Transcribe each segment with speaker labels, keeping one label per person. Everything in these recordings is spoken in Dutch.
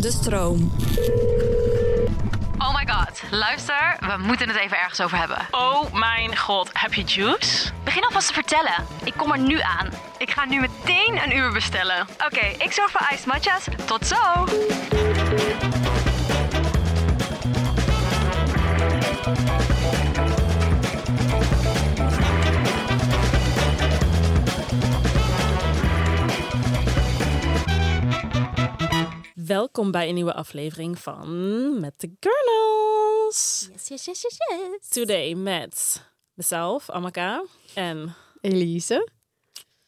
Speaker 1: de stroom.
Speaker 2: Oh my god, luister, we moeten het even ergens over hebben.
Speaker 3: Oh mijn god, heb je juice?
Speaker 2: Begin alvast te vertellen. Ik kom er nu aan. Ik ga nu meteen een uur bestellen. Oké, ik zorg voor ijs matcha's. Tot zo!
Speaker 3: Welkom bij een nieuwe aflevering van Met de Girls.
Speaker 1: Yes, yes, yes, yes, yes.
Speaker 3: Today met mezelf, Amaka. En
Speaker 4: Elise.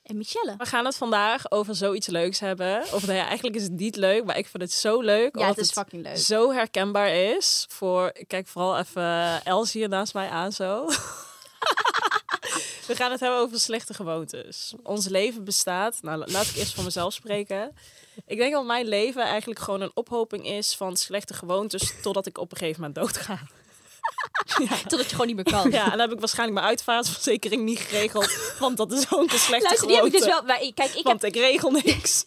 Speaker 1: En Michelle.
Speaker 3: we gaan het vandaag over zoiets leuks hebben. Of nou ja, eigenlijk is het niet leuk, maar ik vind het zo leuk.
Speaker 4: Ja,
Speaker 3: omdat
Speaker 4: het is fucking leuk.
Speaker 3: zo herkenbaar is voor... Ik kijk vooral even Els hier naast mij aan zo. We gaan het hebben over slechte gewoontes. Ons leven bestaat... Nou, la- laat ik eerst voor mezelf spreken. Ik denk dat mijn leven eigenlijk gewoon een ophoping is van slechte gewoontes... totdat ik op een gegeven moment doodga.
Speaker 4: Totdat je gewoon niet meer kan.
Speaker 3: Ja, en dan heb ik waarschijnlijk mijn uitvaartverzekering niet geregeld. Want dat is ook een slechte
Speaker 1: Luister, die heb
Speaker 3: gewoonte.
Speaker 1: ik dus wel. Maar ik- kijk, ik heb
Speaker 3: Want ik regel niks.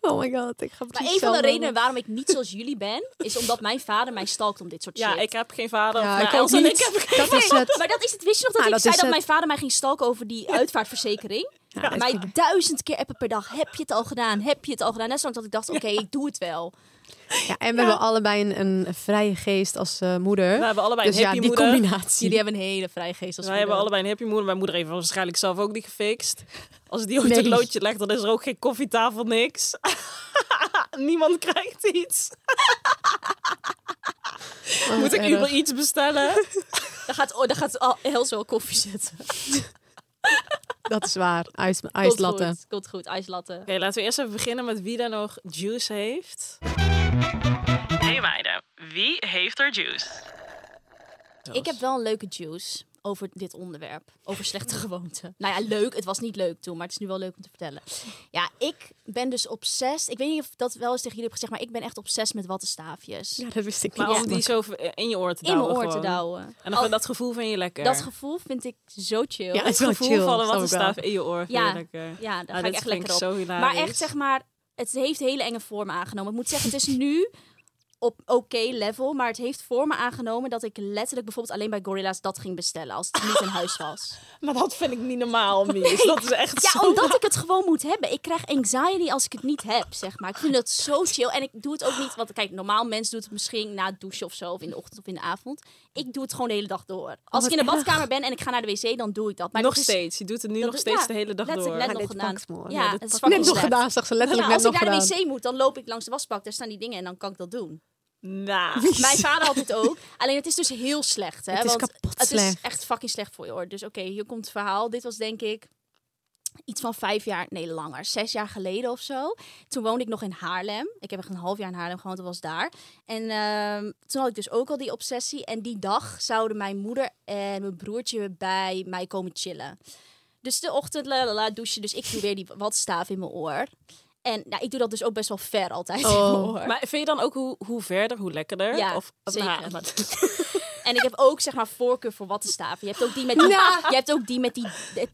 Speaker 4: Oh my god, ik ga
Speaker 1: Maar een van de redenen waarom ik niet zoals jullie ben, is omdat mijn vader mij stalkt om dit soort
Speaker 3: Ja,
Speaker 1: shit. Oh,
Speaker 3: ik heb geen vader.
Speaker 4: Ja,
Speaker 3: of
Speaker 4: ik
Speaker 3: nou,
Speaker 4: ook
Speaker 3: Els en
Speaker 4: niet.
Speaker 3: ik heb geen
Speaker 4: Dat is het.
Speaker 1: Maar dat is het. Wist je nog dat
Speaker 4: Ah,
Speaker 1: ik
Speaker 4: dat
Speaker 1: zei
Speaker 4: is
Speaker 1: dat
Speaker 4: het.
Speaker 1: mijn vader mij ging stalken over die uitvaartverzekering?
Speaker 4: Ja,
Speaker 1: mij duizend keer appen per dag. Heb je het al gedaan? Heb je het al gedaan? Net zolang dat ik dacht, oké, ik doe het wel.
Speaker 4: Ja, en we hebben allebei een, een vrije geest als eh, moeder.
Speaker 3: We hebben allebei
Speaker 4: dus
Speaker 3: een
Speaker 4: ja,
Speaker 3: hippie
Speaker 4: die
Speaker 3: moeder.
Speaker 4: combinatie.
Speaker 1: Jullie hebben een hele vrije geest als
Speaker 3: Wij hebben
Speaker 1: moeder.
Speaker 3: allebei een hippie moeder. Mijn moeder heeft waarschijnlijk zelf ook niet gefixt. Als die ooit
Speaker 4: Nee.
Speaker 3: een loodje legt, dan is er ook geen koffietafel, niks. Niemand krijgt iets.
Speaker 4: Oh,
Speaker 3: Moet ik
Speaker 4: erg.
Speaker 3: Uber iets bestellen?
Speaker 1: Dan gaat, oh, dan gaat al, Els wel koffie zetten.
Speaker 4: Dat is waar. Ijs,
Speaker 1: Komt
Speaker 4: ijslatten.
Speaker 1: goed, komt goed. ijslatten.
Speaker 3: Oké, laten we eerst even beginnen met wie daar nog juice heeft. Hey meiden, wie heeft er juice?
Speaker 1: Ik heb wel een leuke juice over dit onderwerp. Over slechte gewoonten. Nou ja, leuk. Het was niet leuk toen, maar het is nu wel leuk om te vertellen. Ja, ik ben dus obsessed. Ik weet niet of ik dat wel eens tegen jullie heb gezegd, maar ik ben echt obsessed met wattenstaafjes.
Speaker 4: Ja, dat wist ik
Speaker 3: Maar
Speaker 4: niet.
Speaker 3: om die zo v- in je oor te
Speaker 1: In
Speaker 3: douwen.
Speaker 1: mijn oor te
Speaker 3: gewoon.
Speaker 1: douwen.
Speaker 3: En dan
Speaker 1: Al-
Speaker 3: dat gevoel vind je lekker.
Speaker 1: dat gevoel vind ik zo chill.
Speaker 4: Ja, het is
Speaker 3: Het
Speaker 4: wel
Speaker 3: gevoel
Speaker 4: chill. snap
Speaker 3: van een
Speaker 4: ik wel.
Speaker 3: wattenstaaf in je oor vind je
Speaker 1: Ja.
Speaker 3: lekker.
Speaker 1: Ja, daar
Speaker 3: Ah,
Speaker 1: ga ik
Speaker 3: dit
Speaker 1: echt
Speaker 3: vind
Speaker 1: lekker op.
Speaker 3: zo hilarisch.
Speaker 1: Maar echt zeg maar, het heeft hele enge vormen aangenomen. Ik moet zeggen, het is nu op oké level, maar het heeft vormen aangenomen dat ik letterlijk bijvoorbeeld alleen bij Gorilla's dat ging bestellen als het niet in huis was.
Speaker 3: Maar dat vind ik niet normaal, Mies. Dat is echt
Speaker 1: Ja,
Speaker 3: zo...
Speaker 1: omdat ik het gewoon moet hebben. Ik krijg anxiety als ik het niet heb, zeg maar. Ik vind dat zo chill. En ik doe het ook niet, want kijk, normaal mens doet het misschien na het douchen of zo, of in de ochtend of in de avond. Ik doe het gewoon de hele dag
Speaker 4: Oh,
Speaker 1: door. Als ik in de badkamer ben en ik ga naar de wc, dan doe ik dat. Maar
Speaker 3: nog
Speaker 1: dat is-
Speaker 3: steeds. Je doet het nu
Speaker 1: dat
Speaker 3: nog
Speaker 1: is-
Speaker 3: steeds
Speaker 1: ja,
Speaker 3: de hele dag door.
Speaker 1: letterlijk,
Speaker 4: Ja,
Speaker 1: nog
Speaker 4: dit
Speaker 1: gedaan.
Speaker 4: pakt me, hoor.
Speaker 1: Ja,
Speaker 4: Ja,
Speaker 1: het
Speaker 4: dit
Speaker 1: is
Speaker 4: pakt me. Net
Speaker 1: fucking
Speaker 4: nog
Speaker 1: slecht.
Speaker 4: gedaan, zag ze letterlijk
Speaker 1: Ja, als
Speaker 4: net
Speaker 1: ik
Speaker 4: nog
Speaker 1: naar
Speaker 4: gedaan.
Speaker 1: de wc moet, dan loop ik langs de wasbak. Daar staan die dingen en dan kan ik dat doen.
Speaker 3: Nou,
Speaker 1: Mijn vader had dit ook. Alleen het is dus heel slecht. Hè?
Speaker 4: Het is
Speaker 1: Want
Speaker 4: kapot
Speaker 1: het is
Speaker 4: slecht.
Speaker 1: echt fucking slecht voor je oor. Dus oké, hier komt het verhaal. Dit was denk ik iets van vijf jaar, nee langer, zes jaar geleden of zo. Toen woonde ik nog in Haarlem. Ik heb echt een half jaar in Haarlem gewoond, dat was daar. En ehm, toen had ik dus ook al die obsessie. En die dag zouden mijn moeder en mijn broertje bij mij komen chillen. Dus de ochtend, la la la, douchen. Dus ik doe weer die watstaaf in mijn oor. En nou, ik doe dat dus ook best wel ver altijd in
Speaker 4: Oh.
Speaker 1: mijn oor.
Speaker 3: maar vind je dan ook hoe, hoe verder, hoe lekkerder?
Speaker 1: Ja,
Speaker 3: of, of-
Speaker 1: zeker.
Speaker 3: nou, maar-
Speaker 1: En ik heb ook zeg maar voorkeur voor wattenstaven. Je hebt ook die met die, je hebt ook die, met die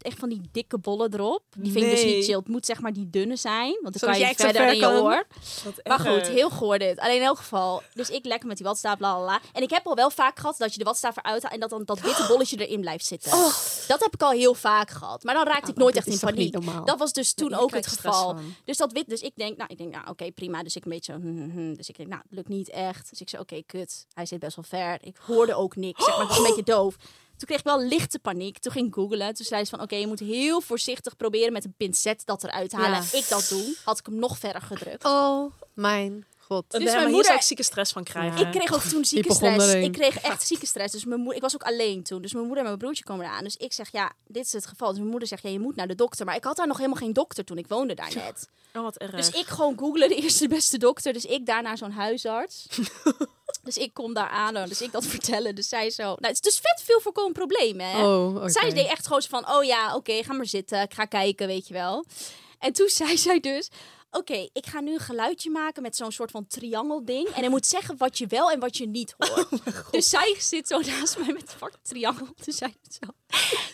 Speaker 1: echt van die dikke bollen erop. Die vind ik dus
Speaker 3: Nee.
Speaker 1: niet chill. Het moet zeg maar die dunne zijn, want dan
Speaker 4: Zodat
Speaker 1: kan
Speaker 4: je
Speaker 1: je
Speaker 4: extra
Speaker 1: verder
Speaker 4: ver
Speaker 1: in je
Speaker 4: kan.
Speaker 1: oor.
Speaker 3: Wat
Speaker 1: Maar
Speaker 3: erg.
Speaker 1: goed, heel goor dit. Alleen in elk geval, dus ik lekker met die wattenstaaf, bla bla bla. En ik heb al wel vaak gehad dat je de wattenstaaf eruit haalt en dat dan dat witte bolletje erin blijft zitten.
Speaker 4: Oh.
Speaker 1: Dat heb ik al heel vaak gehad. Maar dan raakte ik nooit
Speaker 4: dit
Speaker 1: echt
Speaker 4: is
Speaker 1: in
Speaker 4: toch niet
Speaker 1: paniek.
Speaker 4: normaal?
Speaker 1: Dat was dus toen
Speaker 3: Ja, je
Speaker 1: ook het
Speaker 3: krijgt stress
Speaker 1: geval.
Speaker 3: van.
Speaker 1: Dus dat wit, dus ik denk, nou, ik denk, nou, oké, prima. Dus ik een beetje, zo, hmm, hmm, hmm. dus ik denk, nou, lukt niet echt. Dus ik zei, oké, kut. Hij zit best wel ver. Ik hoorde ook niks. Zeg maar, ik was een beetje doof. Toen kreeg ik wel lichte paniek. Toen ging ik googlen. Toen zei ze van, oké, je moet heel voorzichtig proberen met een pincet dat eruit halen.
Speaker 4: Ja.
Speaker 1: Ik dat doen. Had ik hem nog verder gedrukt.
Speaker 4: Oh mijn god.
Speaker 3: Dus mijn
Speaker 1: mijn
Speaker 3: moeder...
Speaker 1: moeder-
Speaker 3: zou ik zieke stress van krijgen.
Speaker 1: Ik kreeg ook toen zieke
Speaker 4: begon
Speaker 1: stress.
Speaker 4: erheen.
Speaker 1: Ik kreeg echt zieke stress. Dus mijn moeder, ik was ook alleen toen. Dus mijn moeder en mijn broertje komen eraan. Dus ik zeg, ja, dit is het geval. Dus mijn moeder zegt, ja, je moet naar de dokter. Maar ik had daar nog helemaal geen dokter toen. Ik woonde daar net.
Speaker 3: Oh, wat erg.
Speaker 1: Dus ik gewoon googelen de eerste beste dokter. Dus ik daar naar zo'n huisarts. dus ik kom daar aan. hoor. Dus ik dat vertellen. Dus zij zo... Nou, het is dus vet veel voorkomen problemen, hè?
Speaker 4: Oh, oké.
Speaker 1: Zij deed echt gewoon zo van, oh ja, oké, ga maar zitten. Ik ga kijken, weet je wel. En toen zei zij dus, oké, ik ga nu een geluidje maken met zo'n soort van triangelding. En hij moet zeggen wat je wel en wat je niet hoort. dus zij zit zo naast mij met een triangel. Dus zij doet zo.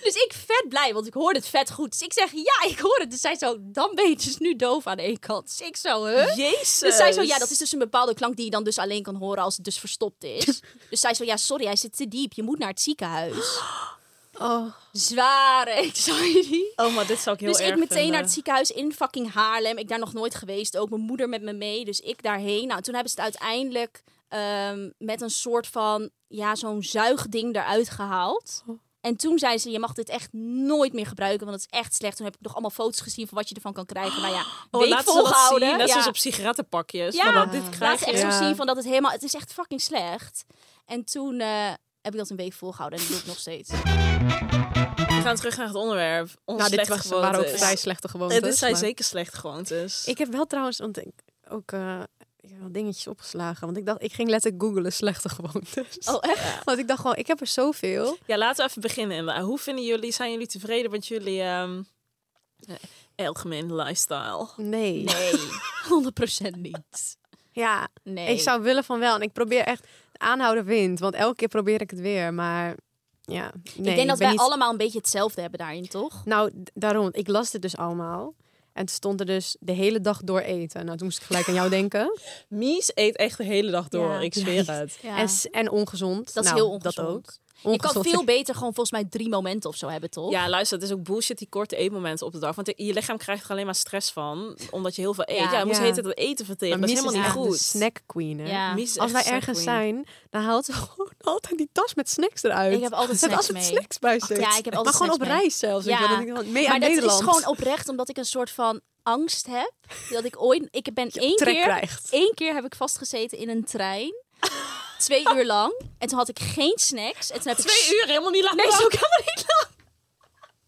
Speaker 1: Dus ik vet blij, want ik hoor het vet goed. Dus ik zeg, ja, ik hoor het. Dus zij zo, dan ben je dus nu doof aan één kant. Dus ik zo, huh?
Speaker 3: Jezus.
Speaker 1: Dus zij zo, ja, dat is dus een bepaalde klank die je dan dus alleen kan horen als het dus verstopt is. dus zij zo, ja, sorry, hij zit te diep. Je moet naar het ziekenhuis.
Speaker 4: Oh.
Speaker 1: Zware anxiety.
Speaker 3: Oh, maar dit zou ik heel
Speaker 1: Dus
Speaker 3: erg
Speaker 1: ik meteen
Speaker 3: vinden.
Speaker 1: naar het ziekenhuis in fucking Haarlem. Ik daar nog nooit geweest. Ook mijn moeder met me mee. Dus ik daarheen. Nou, toen hebben ze het uiteindelijk ehm, met een soort van, ja, zo'n zuigding eruit gehaald.
Speaker 3: Oh.
Speaker 1: En toen zei ze, je mag dit echt nooit meer gebruiken, want het is echt slecht. Toen heb ik nog allemaal foto's gezien van wat je ervan kan krijgen. Nou ja,
Speaker 3: Oh,
Speaker 1: week
Speaker 3: laat ze dat
Speaker 1: volgehouden.
Speaker 3: zien. Net
Speaker 1: ja.
Speaker 3: zoals op sigarettenpakjes.
Speaker 1: Ja,
Speaker 3: Ja. dit
Speaker 1: Laat
Speaker 3: krijg
Speaker 1: ze
Speaker 3: je.
Speaker 1: echt
Speaker 4: Ja.
Speaker 1: zo zien van dat het helemaal... Het is echt fucking slecht. En toen eh, heb ik dat een week volgehouden en dat doe ik nog steeds.
Speaker 3: We gaan terug naar het onderwerp. Onze
Speaker 4: Nou, dit
Speaker 3: slechte
Speaker 4: was,
Speaker 3: gewoontes.
Speaker 4: waren ook vrij slechte
Speaker 3: Eh,
Speaker 4: gewoontes.
Speaker 3: dit zijn
Speaker 4: maar-
Speaker 3: zeker slechte gewoontes.
Speaker 4: Ik heb wel trouwens want ik, ook eh, ja, wat dingetjes opgeslagen. Want ik dacht, ik ging letterlijk googelen slechte gewoontes.
Speaker 1: Oh, echt?
Speaker 4: Want ik dacht gewoon, ik heb er zoveel.
Speaker 3: Ja, laten we even beginnen. inderdaad. Hoe vinden jullie, zijn jullie tevreden met jullie ehm eh, algemene lifestyle?
Speaker 4: Nee.
Speaker 1: Nee, 100% niet.
Speaker 4: Ja,
Speaker 1: Nee.
Speaker 4: ik zou willen van wel. En ik probeer echt aanhouden wind. Want elke keer probeer ik het weer. Maar ja, nee.
Speaker 1: ik denk dat
Speaker 4: ben
Speaker 1: wij
Speaker 4: niet-
Speaker 1: allemaal een beetje hetzelfde hebben daarin, toch?
Speaker 4: Nou, d- daarom. want Ik las dit dus allemaal. En toen stond er dus de hele dag door eten. Nou, toen moest ik gelijk aan jou denken.
Speaker 3: Mies eet echt de hele dag door.
Speaker 1: Ja.
Speaker 3: Ik zweer het.
Speaker 1: Ja.
Speaker 4: En, s- en ongezond.
Speaker 1: dat is
Speaker 4: Nou,
Speaker 1: heel ongezond.
Speaker 4: Dat ook.
Speaker 1: Je kan
Speaker 4: Ongezond.
Speaker 1: veel beter gewoon volgens mij drie momenten of zo hebben, toch?
Speaker 3: Ja, luister, het is ook bullshit die korte eetmomenten op de dag. Want je lichaam krijgt er alleen maar stress van, omdat je heel veel eet.
Speaker 1: Ja.
Speaker 3: Ja, je moest
Speaker 4: Ja.
Speaker 3: heten dat eten verteren.
Speaker 4: Maar
Speaker 3: Dat is
Speaker 4: Mies
Speaker 3: helemaal niet
Speaker 4: echt
Speaker 3: goed.
Speaker 4: de snack queen, hè?
Speaker 1: Ja.
Speaker 3: Mies is
Speaker 4: Als wij
Speaker 3: echt snack
Speaker 4: ergens
Speaker 3: queen.
Speaker 4: zijn, dan haalt ze gewoon altijd die tas met snacks eruit.
Speaker 1: Ik heb altijd
Speaker 4: Ze heeft
Speaker 1: snacks
Speaker 4: altijd
Speaker 1: mee.
Speaker 4: snacks bij zich.
Speaker 1: ja, ik heb altijd
Speaker 4: maar gewoon op
Speaker 1: snacks mee.
Speaker 4: reis zelfs. weet je
Speaker 1: Ja.
Speaker 4: wel, dat ik dan mee
Speaker 1: maar
Speaker 4: aan
Speaker 1: dat
Speaker 4: Nederland
Speaker 1: is gewoon oprecht omdat ik een soort van angst heb. Dat ik ooit... Ik ben één
Speaker 4: trek
Speaker 1: keer...
Speaker 4: krijgt.
Speaker 1: Eén keer heb ik vastgezeten in een trein. Twee uur lang. En toen had ik geen snacks. En toen heb ik
Speaker 3: Twee uur, helemaal niet lang.
Speaker 1: Nee, is ook helemaal niet lang.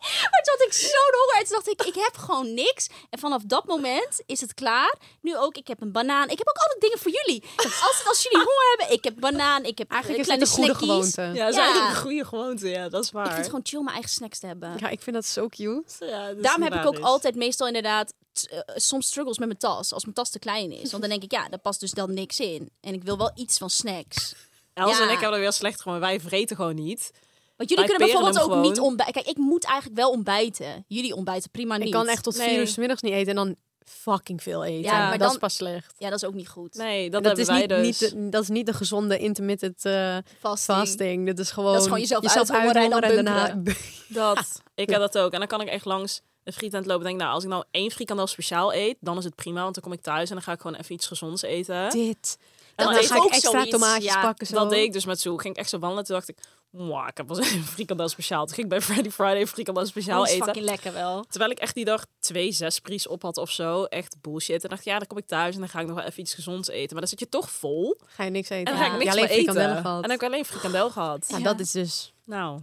Speaker 1: Maar toen had ik zo'n honger. En toen dacht ik, ik heb gewoon niks. En vanaf dat moment is het klaar. Nu ook, ik heb een banaan. Ik heb ook altijd dingen voor jullie. Als, als jullie honger hebben, ik heb banaan. Ik heb
Speaker 4: Eigenlijk
Speaker 1: eh,
Speaker 4: is
Speaker 1: kleine
Speaker 4: het een goede
Speaker 1: snackies.
Speaker 4: gewoonte.
Speaker 3: Ja, dat is
Speaker 1: Ja.
Speaker 3: eigenlijk een goede gewoonte. Ja, dat is waar.
Speaker 1: Ik vind het gewoon chill om mijn eigen snacks te hebben.
Speaker 4: Ja, ik dus vind dat zo cute.
Speaker 3: Ja, dat is dus.
Speaker 1: Daarom heb ik ook
Speaker 3: hilarisch.
Speaker 1: altijd meestal inderdaad t- eh, soms struggles met mijn tas. Als mijn tas te klein is. Want dan denk ik, ja, daar past dus dan niks in. En ik wil wel iets van snacks.
Speaker 3: Els
Speaker 1: Ja.
Speaker 3: en ik hebben er weer slecht gewoon. Wij vreten gewoon niet.
Speaker 1: Want jullie
Speaker 3: Wij
Speaker 1: kunnen
Speaker 3: peren
Speaker 1: bijvoorbeeld ook
Speaker 3: hem gewoon.
Speaker 1: niet ontbijten. Kijk, ik moet eigenlijk wel ontbijten. Jullie ontbijten prima niet.
Speaker 4: Ik kan echt tot vier uur 's middags niet eten en dan fucking veel eten.
Speaker 1: Ja, maar
Speaker 4: dat
Speaker 1: dan-
Speaker 4: is pas slecht.
Speaker 1: Ja, dat is ook niet goed.
Speaker 3: Nee,
Speaker 4: En
Speaker 3: dat,
Speaker 4: Dat,
Speaker 3: hebben
Speaker 4: is
Speaker 3: wij
Speaker 4: niet,
Speaker 3: dus.
Speaker 4: niet de, dat is niet de gezonde intermittent eh,
Speaker 1: Fasting.
Speaker 4: fasting. Dat is gewoon,
Speaker 1: Dat is gewoon jezelf uithongeren en dan
Speaker 4: daarna...
Speaker 3: Dat. Ik heb dat ook. En dan kan ik echt langs een frietent lopen. Denk, nou, als ik nou één frikandel speciaal eet, dan is het prima. Want dan kom ik thuis en dan ga ik gewoon even iets gezonds eten.
Speaker 4: Dit. En
Speaker 1: Dat
Speaker 4: dan
Speaker 1: is
Speaker 4: ga ik
Speaker 1: ook
Speaker 4: extra
Speaker 1: zoiets,
Speaker 4: tomaatjes
Speaker 1: ja.
Speaker 4: pakken. Zo.
Speaker 3: Dat deed ik dus met Zoe. Ging ik echt zo wandelen. Toen dacht ik, "Mwah, ik heb wel zin in een frikandel speciaal. Toen ging ik bij Friday Friday een frikandel speciaal
Speaker 1: Dat is
Speaker 3: eten.
Speaker 1: fucking lekker wel.
Speaker 3: Terwijl ik echt die dag twee zespries op had of zo. Echt bullshit. En dacht ik, ja, dan kom ik thuis en dan ga ik nog wel even iets gezonds eten. Maar dan zit je toch vol.
Speaker 4: Ga je niks eten.
Speaker 3: En dan
Speaker 1: Ja.
Speaker 3: ga ik niks
Speaker 4: alleen
Speaker 3: meer eten.
Speaker 4: frikandellen
Speaker 3: En
Speaker 4: gehad.
Speaker 3: dan heb ik alleen frikandel gehad.
Speaker 4: Ja,
Speaker 1: Ja.
Speaker 4: dat is dus.
Speaker 3: Nou,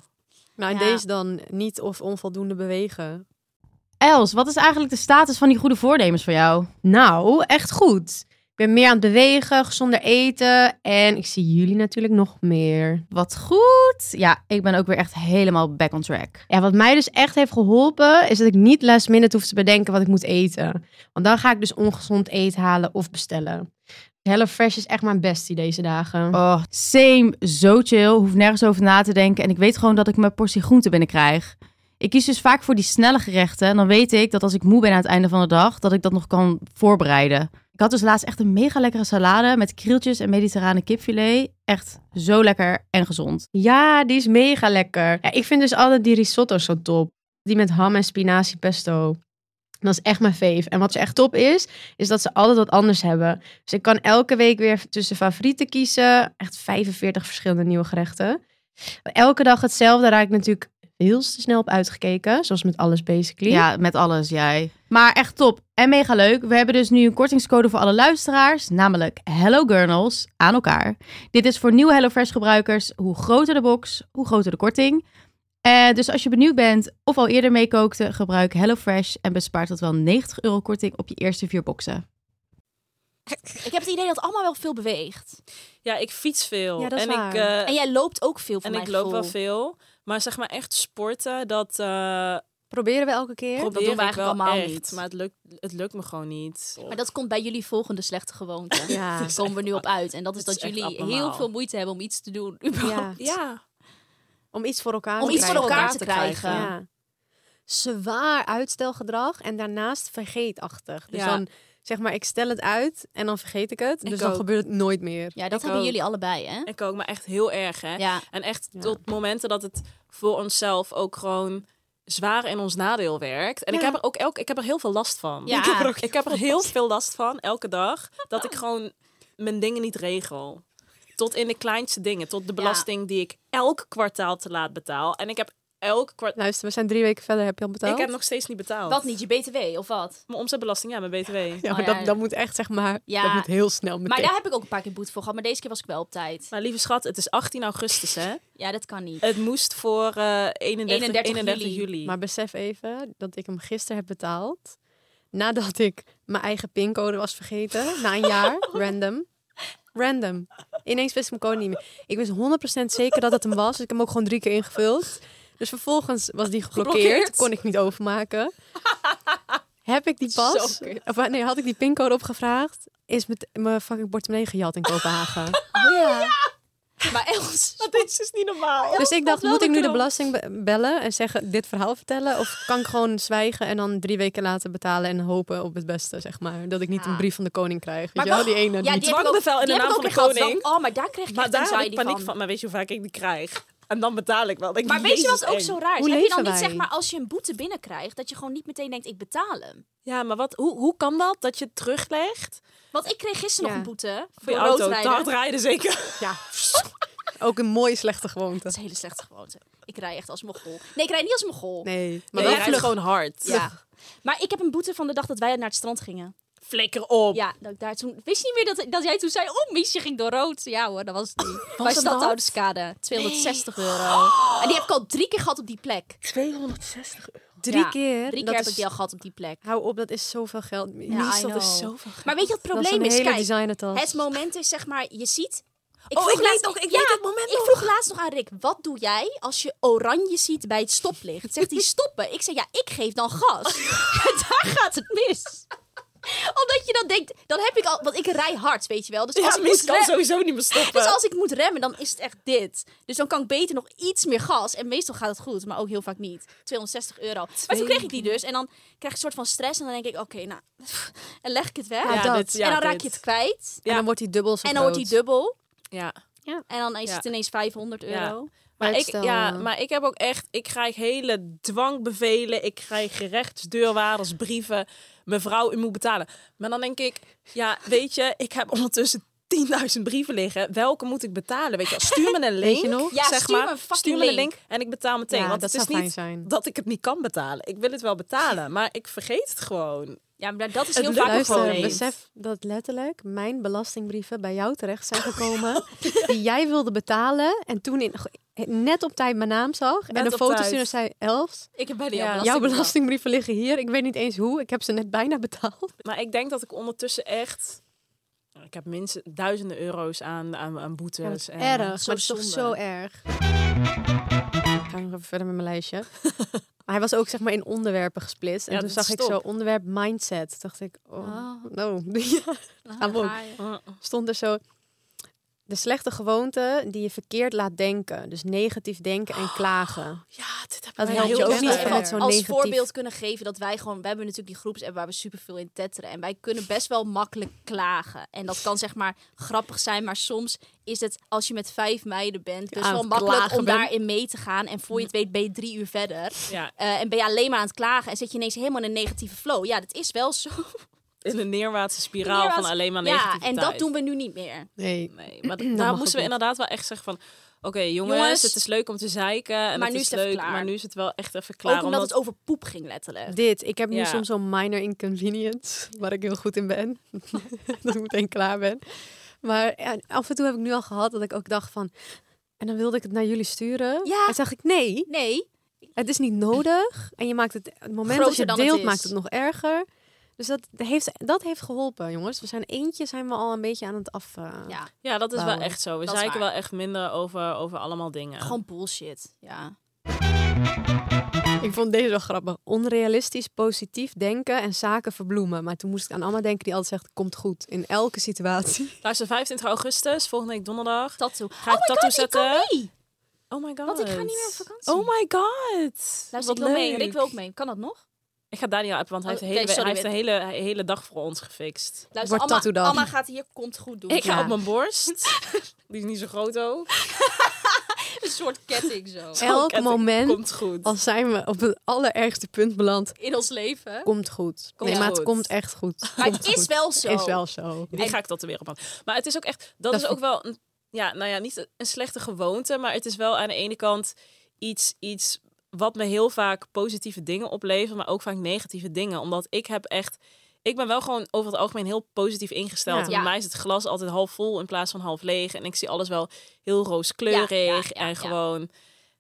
Speaker 4: Nou, en
Speaker 1: Ja.
Speaker 4: deze dan niet of onvoldoende bewegen.
Speaker 5: Els, wat is eigenlijk de status van die goede voornemens voor jou?
Speaker 6: Nou, echt goed. Ik ben meer aan het bewegen, gezonder eten en ik zie jullie natuurlijk nog meer.
Speaker 5: Wat goed. Ja, ik ben ook weer echt helemaal back on track.
Speaker 6: Ja, wat mij dus echt heeft geholpen is dat ik niet last minute hoef te bedenken wat ik moet eten. Want dan ga ik dus ongezond eten halen of bestellen. HelloFresh is echt mijn bestie deze dagen.
Speaker 5: Oh, same. Zo chill. Hoef nergens over na te denken. En ik weet gewoon dat ik mijn portie groente binnenkrijg. Ik kies dus vaak voor die snelle gerechten. En dan weet ik dat als ik moe ben aan het einde van de dag, dat ik dat nog kan voorbereiden. Ik had dus laatst echt een mega lekkere salade met krieltjes en mediterrane kipfilet. Echt zo lekker en gezond.
Speaker 6: Ja, die is mega lekker. Ja, ik vind dus altijd die risotto zo top. Die met ham en spinazie pesto. Dat is echt mijn fave. En wat ze echt top is, is dat ze altijd wat anders hebben. Dus ik kan elke week weer tussen favorieten kiezen. Echt 45 verschillende nieuwe gerechten. Maar Elke dag hetzelfde raak ik natuurlijk heel te snel op uitgekeken. Zoals met alles basically.
Speaker 5: Ja, met alles, jij. Maar echt top en mega leuk. We hebben dus nu een kortingscode voor alle luisteraars, namelijk Hello Gurnals aan elkaar. Dit is voor nieuwe HelloFresh gebruikers. Hoe groter de box, hoe groter de korting. Eh, dus als je benieuwd bent of al eerder meekookte, gebruik HelloFresh en bespaart tot wel 90 euro korting op je eerste vier boxen.
Speaker 1: Ik heb het idee dat het allemaal wel veel beweegt.
Speaker 3: ja, ik fiets veel.
Speaker 4: Ja, dat is
Speaker 3: en
Speaker 4: waar.
Speaker 3: ik eh,
Speaker 1: En jij loopt ook veel voor
Speaker 3: En
Speaker 1: mijn
Speaker 3: ik loop wel
Speaker 1: gevoel.
Speaker 3: veel. Maar zeg maar echt sporten, dat eh,
Speaker 4: Proberen we elke keer?
Speaker 3: Probeer
Speaker 1: doen we
Speaker 3: ik
Speaker 1: eigenlijk
Speaker 3: wel
Speaker 1: allemaal
Speaker 3: echt,
Speaker 1: niet.
Speaker 3: Maar het lukt, het lukt me gewoon niet.
Speaker 1: Maar dat komt bij jullie volgende slechte gewoonte.
Speaker 4: Ja.
Speaker 1: Daar komen we nu op uit. En dat is
Speaker 3: Het is
Speaker 1: dat
Speaker 3: echt
Speaker 1: jullie
Speaker 3: abnormaal.
Speaker 1: heel veel moeite hebben om iets te doen.
Speaker 4: Ja.
Speaker 1: überhaupt.
Speaker 3: Ja,
Speaker 4: Om iets voor elkaar
Speaker 1: Om
Speaker 4: te
Speaker 1: iets voor
Speaker 4: krijgen.
Speaker 1: elkaar te krijgen.
Speaker 4: Ja. Zwaar uitstelgedrag en daarnaast vergeetachtig. Dus
Speaker 3: Ja.
Speaker 4: dan zeg maar, ik stel het uit en dan vergeet ik het.
Speaker 1: Ik
Speaker 4: dus dan
Speaker 1: ook.
Speaker 4: gebeurt het nooit meer.
Speaker 1: Ja, dat
Speaker 3: Ik
Speaker 1: hebben
Speaker 3: ook.
Speaker 1: jullie allebei, hè?
Speaker 3: Ik ook, maar echt Oh. heel erg, hè?
Speaker 1: Ja.
Speaker 3: En echt
Speaker 4: Ja.
Speaker 3: tot momenten dat het voor onszelf ook gewoon zwaar in ons nadeel werkt. En ik
Speaker 4: Ja.
Speaker 3: heb er ook elk, ik heb er heel veel last van.
Speaker 1: Ja.
Speaker 3: Ik heb er, ook ik heb er heel veel last van, elke dag. Dat ik gewoon mijn dingen niet regel. Tot in de kleinste dingen. Tot de belasting die ik elk kwartaal te laat betaal. En ik heb elk kwartaal...
Speaker 4: Luister, we zijn drie weken verder. Heb je al betaald?
Speaker 3: Ik heb nog steeds niet betaald.
Speaker 1: Wat niet, je BTW of wat?
Speaker 3: Mijn omzetbelasting, ja, mijn BTW.
Speaker 4: Ja,
Speaker 1: Oh,
Speaker 4: maar
Speaker 1: ja.
Speaker 4: Dat, dat moet echt, zeg maar,
Speaker 1: Ja.
Speaker 4: dat moet heel snel meteen.
Speaker 1: Maar daar heb ik ook een paar keer boete voor gehad. Maar deze keer was ik wel op tijd.
Speaker 3: Maar lieve schat, het is 18 augustus, hè?
Speaker 1: Ja, dat kan niet.
Speaker 3: Het moest voor eh 31,
Speaker 1: 31
Speaker 3: 31
Speaker 1: juli.
Speaker 3: juli.
Speaker 4: Maar besef even dat ik hem gisteren heb betaald. Nadat ik mijn eigen pincode was vergeten. Na een jaar. Random. Random. Ineens wist ik mijn code niet meer. Ik wist 100% zeker dat het hem was. Dus ik heb hem ook gewoon drie keer ingevuld. Dus vervolgens was die geblokkeerd.
Speaker 3: Geblokkeerd.
Speaker 4: Kon ik niet overmaken. heb ik die pas?
Speaker 3: Zo kut.
Speaker 4: Of nee, had ik die pincode opgevraagd? Is met mijn fucking portemonnee gejat in Kopenhagen.
Speaker 1: Maar Els,
Speaker 3: Dit is niet normaal.
Speaker 1: Oh,
Speaker 4: Dus ik dacht,
Speaker 3: wel
Speaker 4: moet ik nu de
Speaker 3: klopt.
Speaker 4: belasting be- bellen en zeggen, dit verhaal vertellen? Of kan ik gewoon zwijgen en dan drie weken later betalen en hopen op het beste, zeg maar? Dat ik niet
Speaker 1: Ja.
Speaker 4: een brief van de koning krijg. Weet
Speaker 1: Maar
Speaker 4: je wel,
Speaker 1: wel-
Speaker 4: die ene. die-
Speaker 1: ja, die heb ik ook,
Speaker 3: dwangbevel in de
Speaker 1: die heb
Speaker 3: naam
Speaker 1: ik ook
Speaker 3: van de
Speaker 1: weer gehad.
Speaker 3: koning.
Speaker 1: Dan- Oh, maar daar kreeg ik
Speaker 3: Maar
Speaker 1: echt
Speaker 3: daar heb ik
Speaker 1: anxiety
Speaker 3: paniek
Speaker 1: van.
Speaker 3: van. Maar weet Dus je hoe vaak ik die krijg? En dan betaal ik wel. Denk ik,
Speaker 1: Maar weet je
Speaker 3: Jezus,
Speaker 1: wat ook
Speaker 3: eng.
Speaker 1: zo raar is?
Speaker 4: Hoe
Speaker 1: Heb je dan
Speaker 4: leven
Speaker 1: niet,
Speaker 4: wij?
Speaker 1: zeg maar, als je een boete binnenkrijgt, dat je gewoon niet meteen denkt, ik betaal hem.
Speaker 3: Ja, maar wat, hoe, hoe kan dat? Dat je het teruglegt?
Speaker 1: Want ik kreeg gisteren nog
Speaker 4: Ja.
Speaker 1: een boete
Speaker 3: Voor je
Speaker 1: voor
Speaker 3: auto.
Speaker 1: roodrijden.
Speaker 3: Te hard rijden zeker.
Speaker 4: ja. e-, ook een mooie slechte gewoonte.
Speaker 1: Dat is een hele slechte gewoonte. Ik rij echt als mogol. Nee, ik rij niet als mogol.
Speaker 4: Nee, maar
Speaker 3: Maar
Speaker 4: wel
Speaker 3: je rijdt
Speaker 4: vlug.
Speaker 3: gewoon hard.
Speaker 1: Ja. Maar ik heb een boete van de dag dat wij naar het strand gingen.
Speaker 3: Flikker op.
Speaker 1: Ja, dat ik daar toen... Wist je niet meer dat, dat jij toen zei... Oh, Mies, je ging door rood. Ja hoor, dat was het niet. Bij
Speaker 3: dat?
Speaker 1: Stadhouderskade. 260 euro.
Speaker 4: Oh.
Speaker 1: En die heb ik al drie keer gehad op die plek.
Speaker 4: Drie
Speaker 1: Ja,
Speaker 4: keer. dat
Speaker 1: Drie keer heb
Speaker 4: is-
Speaker 1: ik die al gehad op die plek.
Speaker 4: Hou op, dat is zoveel geld.
Speaker 1: Ja, I
Speaker 4: Mies, dat
Speaker 1: know.
Speaker 4: is zoveel geld.
Speaker 1: Maar weet je wat het
Speaker 4: Dat is
Speaker 1: probleem
Speaker 4: een
Speaker 1: is?
Speaker 4: hele
Speaker 1: Kijk,
Speaker 4: designertas.
Speaker 1: het moment is zeg maar... Je ziet...
Speaker 3: Oh,
Speaker 1: vroeg
Speaker 3: ik weet nog, ik weet het moment
Speaker 1: Ik vroeg laatst nog aan Rick, wat doe jij als je oranje ziet bij het stoplicht? Zegt hij stoppen. Ik zeg, ja, ik geef dan gas. Daar gaat het mis. Omdat je dan denkt, dan heb ik al, want ik rij hard, weet je wel. Dus als
Speaker 3: Ja,
Speaker 1: ik
Speaker 3: Mies
Speaker 1: moet
Speaker 3: kan
Speaker 1: rem-
Speaker 3: sowieso niet meer stoppen.
Speaker 1: Dus als ik moet remmen, dan is het echt dit. Dus dan kan ik beter nog iets meer gas. En meestal gaat het goed, maar ook heel vaak niet. 260 euro. Maar toen kreeg ik die dus. En dan krijg ik een soort van stress. En dan denk ik, oké, nou... En leg ik het weg.
Speaker 4: Ja,
Speaker 3: Ja,
Speaker 4: dat.
Speaker 3: dit- ja,
Speaker 1: en dan raak
Speaker 3: dit.
Speaker 1: je het kwijt.
Speaker 4: En dan wordt hij dubbel zo
Speaker 1: En dan wordt die
Speaker 4: groot.
Speaker 1: dubbel.
Speaker 3: Ja.
Speaker 1: En dan is
Speaker 3: Ja.
Speaker 1: het ineens 500 euro.
Speaker 3: Ja.
Speaker 4: Maar
Speaker 3: Maar
Speaker 4: het
Speaker 3: ik,
Speaker 4: stel,
Speaker 3: ja,
Speaker 4: eh,
Speaker 3: maar ik heb ook echt, ik krijg hele dwangbevelen, ik krijg gerechtsdeurwaarders, brieven. Mevrouw, u moet betalen. Maar dan denk ik, ja, weet je, ik heb ondertussen 10.000 brieven liggen. Welke moet ik betalen? Weet je, wel, stuur me een link.
Speaker 4: je nog?
Speaker 1: Ja,
Speaker 3: zeg
Speaker 1: stuur me
Speaker 3: maar.
Speaker 1: een fucking
Speaker 3: stuur me een
Speaker 1: link.
Speaker 3: link en ik betaal meteen.
Speaker 4: Ja,
Speaker 3: Want
Speaker 4: dat
Speaker 3: het is
Speaker 4: zou
Speaker 3: niet
Speaker 4: fijn zijn.
Speaker 3: dat ik het niet kan betalen. Ik wil het wel betalen, maar ik vergeet het gewoon.
Speaker 1: Ja, maar dat is
Speaker 3: Het
Speaker 1: heel
Speaker 3: lukt
Speaker 1: vaak een
Speaker 3: Luister,
Speaker 1: probleem.
Speaker 3: niet.
Speaker 4: besef dat letterlijk mijn belastingbrieven bij jou terecht zijn gekomen. Die jij wilde betalen. En toen in, net op tijd mijn naam zag.
Speaker 3: Net
Speaker 4: en de
Speaker 3: op
Speaker 4: foto
Speaker 3: tijd.
Speaker 4: stuurde zei, Els,
Speaker 1: Ik heb bij
Speaker 3: Ja.
Speaker 1: jou
Speaker 4: jouw belastingbrieven liggen hier. Ik weet niet eens hoe. Ik heb ze net bijna betaald.
Speaker 3: Maar ik denk dat ik ondertussen echt, ik heb minstens duizenden euro's aan, aan, aan boetes. en,
Speaker 4: Maar
Speaker 1: zo
Speaker 4: het is toch
Speaker 1: zonde.
Speaker 4: zo erg. Ik ga nog even verder met mijn lijstje. Maar hij was ook zeg maar in onderwerpen gesplitst. En
Speaker 3: Ja,
Speaker 4: toen
Speaker 3: dat
Speaker 4: zag
Speaker 3: is
Speaker 4: ik zo
Speaker 3: top.
Speaker 4: onderwerp mindset. Toen dacht ik, oh,
Speaker 1: Oh.
Speaker 4: no. Ja. Ah, wow. stond er zo. De slechte gewoonte die je verkeerd laat denken. Dus negatief denken en klagen.
Speaker 3: Oh, Ja, dit heb ik
Speaker 4: Dat
Speaker 3: mij
Speaker 4: helpt je
Speaker 3: heel
Speaker 4: ook
Speaker 3: erg
Speaker 4: niet.
Speaker 3: bij.
Speaker 4: want zo
Speaker 1: als
Speaker 4: negatief-
Speaker 1: voorbeeld kunnen geven dat wij gewoon... We hebben natuurlijk die groepsapp waar we superveel in tetteren. En wij kunnen best wel makkelijk klagen. En dat kan zeg maar grappig zijn. Maar soms is het, als je met vijf meiden bent... best
Speaker 4: aan
Speaker 1: wel
Speaker 4: het
Speaker 1: makkelijk
Speaker 4: klagen
Speaker 1: om
Speaker 4: bent.
Speaker 1: daarin mee te gaan. En voor je het weet ben je drie uur verder.
Speaker 3: Ja,
Speaker 1: Eh, en ben je alleen maar aan het klagen. En zit je ineens helemaal in een negatieve flow. Ja, dat is wel zo.
Speaker 3: in een neerwaartse spiraal
Speaker 1: Neerwaarts-
Speaker 3: van alleen maar
Speaker 1: Ja,
Speaker 3: negativiteit.
Speaker 1: en dat doen we nu niet meer.
Speaker 4: Nee.
Speaker 3: Nee, maar
Speaker 4: mag
Speaker 3: daar
Speaker 4: ook
Speaker 3: Nou, moesten
Speaker 4: niet.
Speaker 3: we inderdaad wel echt zeggen van... Oké, jongens,
Speaker 1: Jongens,
Speaker 3: het is leuk om te zeiken en
Speaker 1: maar
Speaker 3: het is
Speaker 1: nu is het even
Speaker 3: leuk,
Speaker 1: klaar.
Speaker 3: maar nu is het wel echt even klaar.
Speaker 1: Ook omdat het over poep ging letterlijk.
Speaker 4: Dit. Ik heb nu
Speaker 3: Ja.
Speaker 4: soms zo'n minor inconvenience. Waar ik heel goed in ben. dat ik meteen klaar ben. Maar ja, af en toe heb ik nu al gehad dat ik ook dacht van... En dan wilde ik het naar jullie sturen.
Speaker 1: Ja.
Speaker 4: En zag ik, nee,
Speaker 1: Nee,
Speaker 4: het is niet nodig. En je maakt het, het moment
Speaker 1: Groter
Speaker 4: dat je het
Speaker 1: dan het
Speaker 4: deelt,
Speaker 1: is.
Speaker 4: maakt het nog erger. Dus dat heeft, dat heeft geholpen, jongens. We zijn eentje, zijn we al een beetje aan het af... eh,
Speaker 1: ja,
Speaker 3: Ja, dat is wel
Speaker 4: Bouwen.
Speaker 3: echt zo. We
Speaker 1: Oh, Dat is
Speaker 3: zeiken
Speaker 1: waar.
Speaker 3: wel echt minder over, over allemaal dingen.
Speaker 1: gewoon bullshit. Ja.
Speaker 4: Ik vond deze wel grappig. Onrealistisch positief denken en zaken verbloemen. Maar toen moest ik aan Anna denken die altijd zegt, komt goed. In elke situatie.
Speaker 3: Luister, 25 augustus, volgende week donderdag.
Speaker 1: Tattoo.
Speaker 3: Ga ik
Speaker 1: oh my
Speaker 3: tattoo
Speaker 1: god, ik
Speaker 3: zetten?
Speaker 1: kan mee!
Speaker 3: Oh my god.
Speaker 1: Want ik ga niet meer op vakantie.
Speaker 3: Oh my god.
Speaker 1: Luister,
Speaker 3: Wat
Speaker 1: ik wil mee.
Speaker 3: leuk.
Speaker 1: Rick wil ook mee. Kan dat nog?
Speaker 3: Ik ga Daniel appen, want hij
Speaker 1: Oh,
Speaker 3: heeft, een hele,
Speaker 1: oké, sorry,
Speaker 3: hij heeft een hele, hele dag voor ons gefixt.
Speaker 1: Luister,
Speaker 4: Wordt
Speaker 1: Amma,
Speaker 4: tattoo dan.
Speaker 1: Amma gaat hier komt goed doen.
Speaker 3: Ik ga
Speaker 6: Ja.
Speaker 3: op mijn borst. Die is niet zo groot ook.
Speaker 1: Een soort ketting zo.
Speaker 4: Elk
Speaker 3: Kijk, het
Speaker 4: moment,
Speaker 3: Komt goed.
Speaker 4: al zijn we op het allerergste punt beland,
Speaker 1: In ons leven.
Speaker 4: komt goed.
Speaker 3: Komt
Speaker 4: nee, maar het
Speaker 3: goed.
Speaker 4: komt echt goed.
Speaker 1: Maar
Speaker 4: Komt
Speaker 1: het is
Speaker 4: goed.
Speaker 1: wel zo.
Speaker 4: Is wel zo.
Speaker 3: Die ga ik tot de weer op aan. Maar het is ook echt, dat,
Speaker 4: Dat
Speaker 3: is ook wel, een, ja, nou ja, niet een slechte gewoonte, maar het is wel aan de ene kant iets, iets wat me heel vaak positieve dingen oplevert, maar ook vaak negatieve dingen. Omdat ik heb echt, ik ben wel gewoon over het algemeen heel positief ingesteld.
Speaker 4: Ja.
Speaker 3: En
Speaker 1: Ja.
Speaker 3: bij mij is het glas altijd half vol in plaats van half leeg. En ik zie alles wel heel rooskleurig
Speaker 1: Ja, ja, ja, ja.
Speaker 3: en gewoon...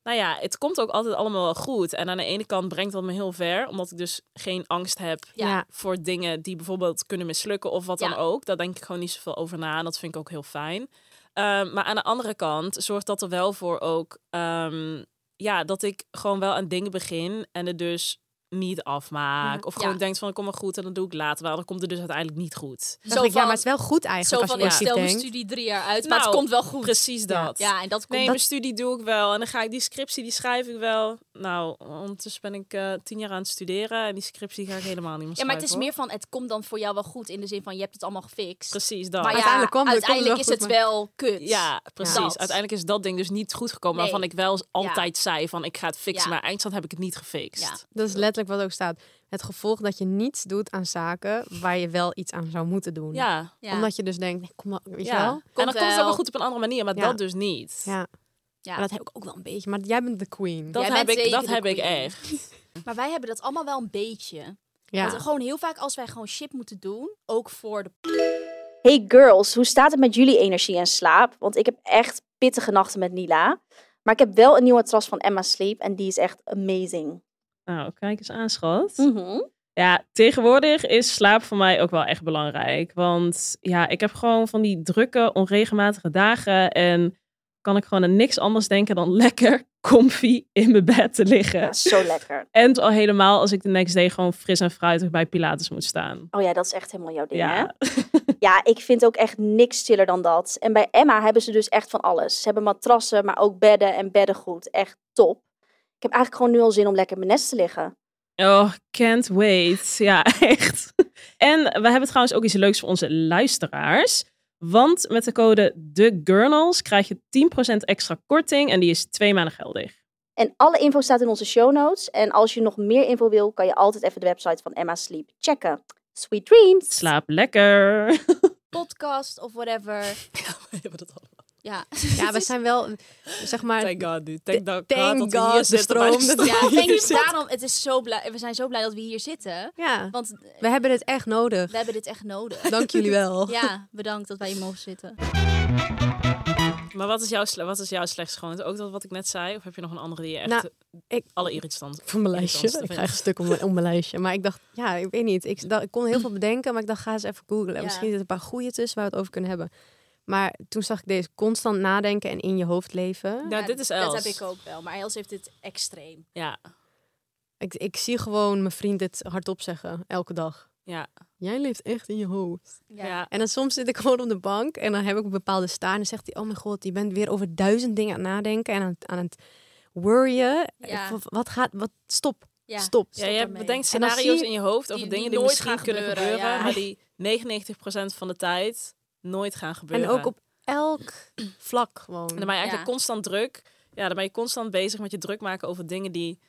Speaker 3: Nou ja, het komt ook altijd allemaal wel goed. En aan de ene kant brengt dat me heel ver, omdat ik dus geen angst heb
Speaker 1: Ja.
Speaker 6: Ja.
Speaker 3: voor dingen die bijvoorbeeld kunnen mislukken of wat
Speaker 1: Ja.
Speaker 3: dan ook. Daar denk ik gewoon niet zoveel over na. En dat vind ik ook heel fijn. Ehm, maar aan de andere kant zorgt dat er wel voor ook ehm, ja, dat ik gewoon wel aan dingen begin en het dus niet afmaak. Of gewoon
Speaker 1: Mhm. Ja.
Speaker 3: denk van, kom maar goed en dan doe ik later wel. Dan komt het dus uiteindelijk niet goed.
Speaker 4: Dacht ik, ja, maar het is wel goed
Speaker 1: zo
Speaker 4: eigenlijk
Speaker 1: van,
Speaker 4: als je positief
Speaker 1: ik stel mijn
Speaker 4: denkt.
Speaker 1: studie drie jaar uit, maar het
Speaker 3: Nou,
Speaker 1: komt wel goed.
Speaker 3: Precies dat.
Speaker 1: Ja, en dat komt...
Speaker 3: Nee, mijn studie doe ik wel. En dan ga ik die scriptie, die schrijf ik wel. Nou, ondertussen ben ik eh, tien jaar aan het studeren. En die scriptie ga ik helemaal niet meer
Speaker 1: ja, maar het is
Speaker 3: schrijven,
Speaker 1: meer van, het komt dan voor jou wel goed. In de zin van, je hebt het allemaal gefixt.
Speaker 3: hoor. Precies dat.
Speaker 1: Maar ja,
Speaker 4: Uiteindelijk
Speaker 1: uiteindelijk,
Speaker 4: komt het- komt
Speaker 1: is
Speaker 4: het
Speaker 1: het
Speaker 4: wel
Speaker 1: wel kut.
Speaker 3: Ja, precies.
Speaker 1: Dat.
Speaker 3: Uiteindelijk is dat ding dus niet goed gekomen.
Speaker 1: Nee.
Speaker 3: Waarvan ik wel altijd zei van ik ga het fixen.
Speaker 1: Ja.
Speaker 3: Maar eindstand heb ik het niet gefixt.
Speaker 1: Ja.
Speaker 4: Dat is letterlijk wat ook staat. Het gevolg dat je niets doet aan zaken waar je wel iets aan zou moeten doen.
Speaker 3: Ja.
Speaker 1: Ja.
Speaker 4: Omdat je dus denkt, nee, kom maar, weet
Speaker 3: Ja.
Speaker 4: je wel?
Speaker 3: en dan komt het
Speaker 1: wel.
Speaker 3: ook wel goed op een andere manier, maar
Speaker 4: Ja.
Speaker 3: dat dus niet.
Speaker 4: Ja.
Speaker 1: Ja.
Speaker 4: Maar dat heb ik ook wel een beetje. Maar jij bent de queen.
Speaker 3: Dat
Speaker 1: Jij
Speaker 3: heb,
Speaker 1: bent
Speaker 3: ik,
Speaker 1: zeker
Speaker 3: dat
Speaker 1: de
Speaker 3: heb ik
Speaker 1: queen.
Speaker 3: echt.
Speaker 1: Maar wij hebben dat allemaal wel een beetje.
Speaker 4: Ja.
Speaker 1: Want gewoon heel vaak als wij gewoon shit moeten doen, ook voor de...
Speaker 7: Hey girls, hoe staat het met jullie energie en slaap? Want ik heb echt pittige nachten met Nila. Maar ik heb wel een nieuwe matras van Emma Sleep en die is echt amazing.
Speaker 3: Nou, kijk eens aan, schat.
Speaker 7: Mhm.
Speaker 3: Ja, tegenwoordig is slaap voor mij ook wel echt belangrijk. Want ja, ik heb gewoon van die drukke, onregelmatige dagen. En kan ik gewoon aan niks anders denken dan lekker comfy in mijn bed te liggen.
Speaker 7: Ja, zo lekker.
Speaker 3: En al helemaal als ik de next day gewoon fris en fruitig bij Pilates moet staan.
Speaker 7: Oh ja, dat is echt helemaal jouw ding, hè?
Speaker 3: Ja,
Speaker 7: Ja, ik vind ook echt niks stiller dan dat. En bij Emma hebben ze dus echt van alles. Ze hebben matrassen, maar ook bedden en beddengoed. Echt top. Ik heb eigenlijk gewoon nu al zin om lekker in mijn nest te liggen.
Speaker 3: oh, can't wait. Ja, echt. En we hebben trouwens ook iets leuks voor onze luisteraars. Want met de code TheGurnals krijg je 10% extra korting en die is twee maanden geldig.
Speaker 7: En alle info staat in onze show notes. En als je nog meer info wil, kan je altijd even de website van Emma Sleep checken. Sweet dreams!
Speaker 3: Slaap lekker.
Speaker 1: podcast of whatever. Ja,
Speaker 4: Ja, we zijn wel, zeg maar,
Speaker 3: Thank God, dude. Thank, dat
Speaker 4: thank
Speaker 3: dat we
Speaker 4: God,
Speaker 3: hier
Speaker 4: de
Speaker 3: zitten bij
Speaker 4: stroom, dat-
Speaker 1: ja ik denk daarom, het is zo blij, we zijn zo blij dat we hier zitten.
Speaker 4: ja,
Speaker 1: Want
Speaker 4: we hebben het echt nodig.
Speaker 1: we hebben dit echt nodig.
Speaker 4: Dank jullie wel.
Speaker 1: Ja, bedankt dat wij hier mogen zitten.
Speaker 3: Maar wat is, jouw, sle- wat is jouw slechtste gewoonte? Ook dat wat ik net zei? Of heb je nog een andere die je echt
Speaker 4: Nou, ik-
Speaker 3: alle irritant
Speaker 4: Voor mijn
Speaker 3: Irritant
Speaker 4: lijstje.
Speaker 3: te
Speaker 4: Ik
Speaker 3: vinden.
Speaker 4: krijg een stuk om mijn, om mijn lijstje. Maar ik dacht, ja, ik weet niet. Ik, dacht- ik kon heel veel bedenken, maar ik dacht, ga eens even googlen.
Speaker 1: Ja.
Speaker 4: Misschien zitten er een paar goede tussen waar we het over kunnen hebben. Maar toen zag ik deze constant nadenken en in je hoofd leven.
Speaker 3: Nou,
Speaker 1: Ja,
Speaker 3: dit is Els.
Speaker 1: Dat heb ik ook wel, maar Els heeft dit extreem.
Speaker 3: Ja,
Speaker 4: Ik, ik zie gewoon mijn vriend dit hardop zeggen, elke dag.
Speaker 3: ja,
Speaker 4: Jij leeft echt in je hoofd.
Speaker 3: ja.
Speaker 4: En dan soms zit ik gewoon op de bank en dan heb ik een bepaalde staar. En dan zegt hij, oh mijn god, je bent weer over duizend dingen aan het nadenken en aan het, aan het worryen.
Speaker 1: Ja.
Speaker 4: Van, Wat gaat, wat, stop,
Speaker 1: Ja.
Speaker 4: stop.
Speaker 3: Ja, je
Speaker 1: ermee.
Speaker 3: bedenkt
Speaker 4: En dan
Speaker 3: scenario's
Speaker 4: zie je
Speaker 3: in je hoofd over
Speaker 1: die-
Speaker 3: dingen die,
Speaker 1: die nooit
Speaker 3: misschien
Speaker 1: gaan
Speaker 3: kunnen gebeuren,
Speaker 1: gebeuren, ja.
Speaker 3: maar die 99% van de tijd nooit gaan gebeuren.
Speaker 4: En ook op elk vlak gewoon.
Speaker 3: En dan ben je eigenlijk
Speaker 1: Ja.
Speaker 3: constant druk. Ja, dan ben je constant bezig met je druk maken over dingen die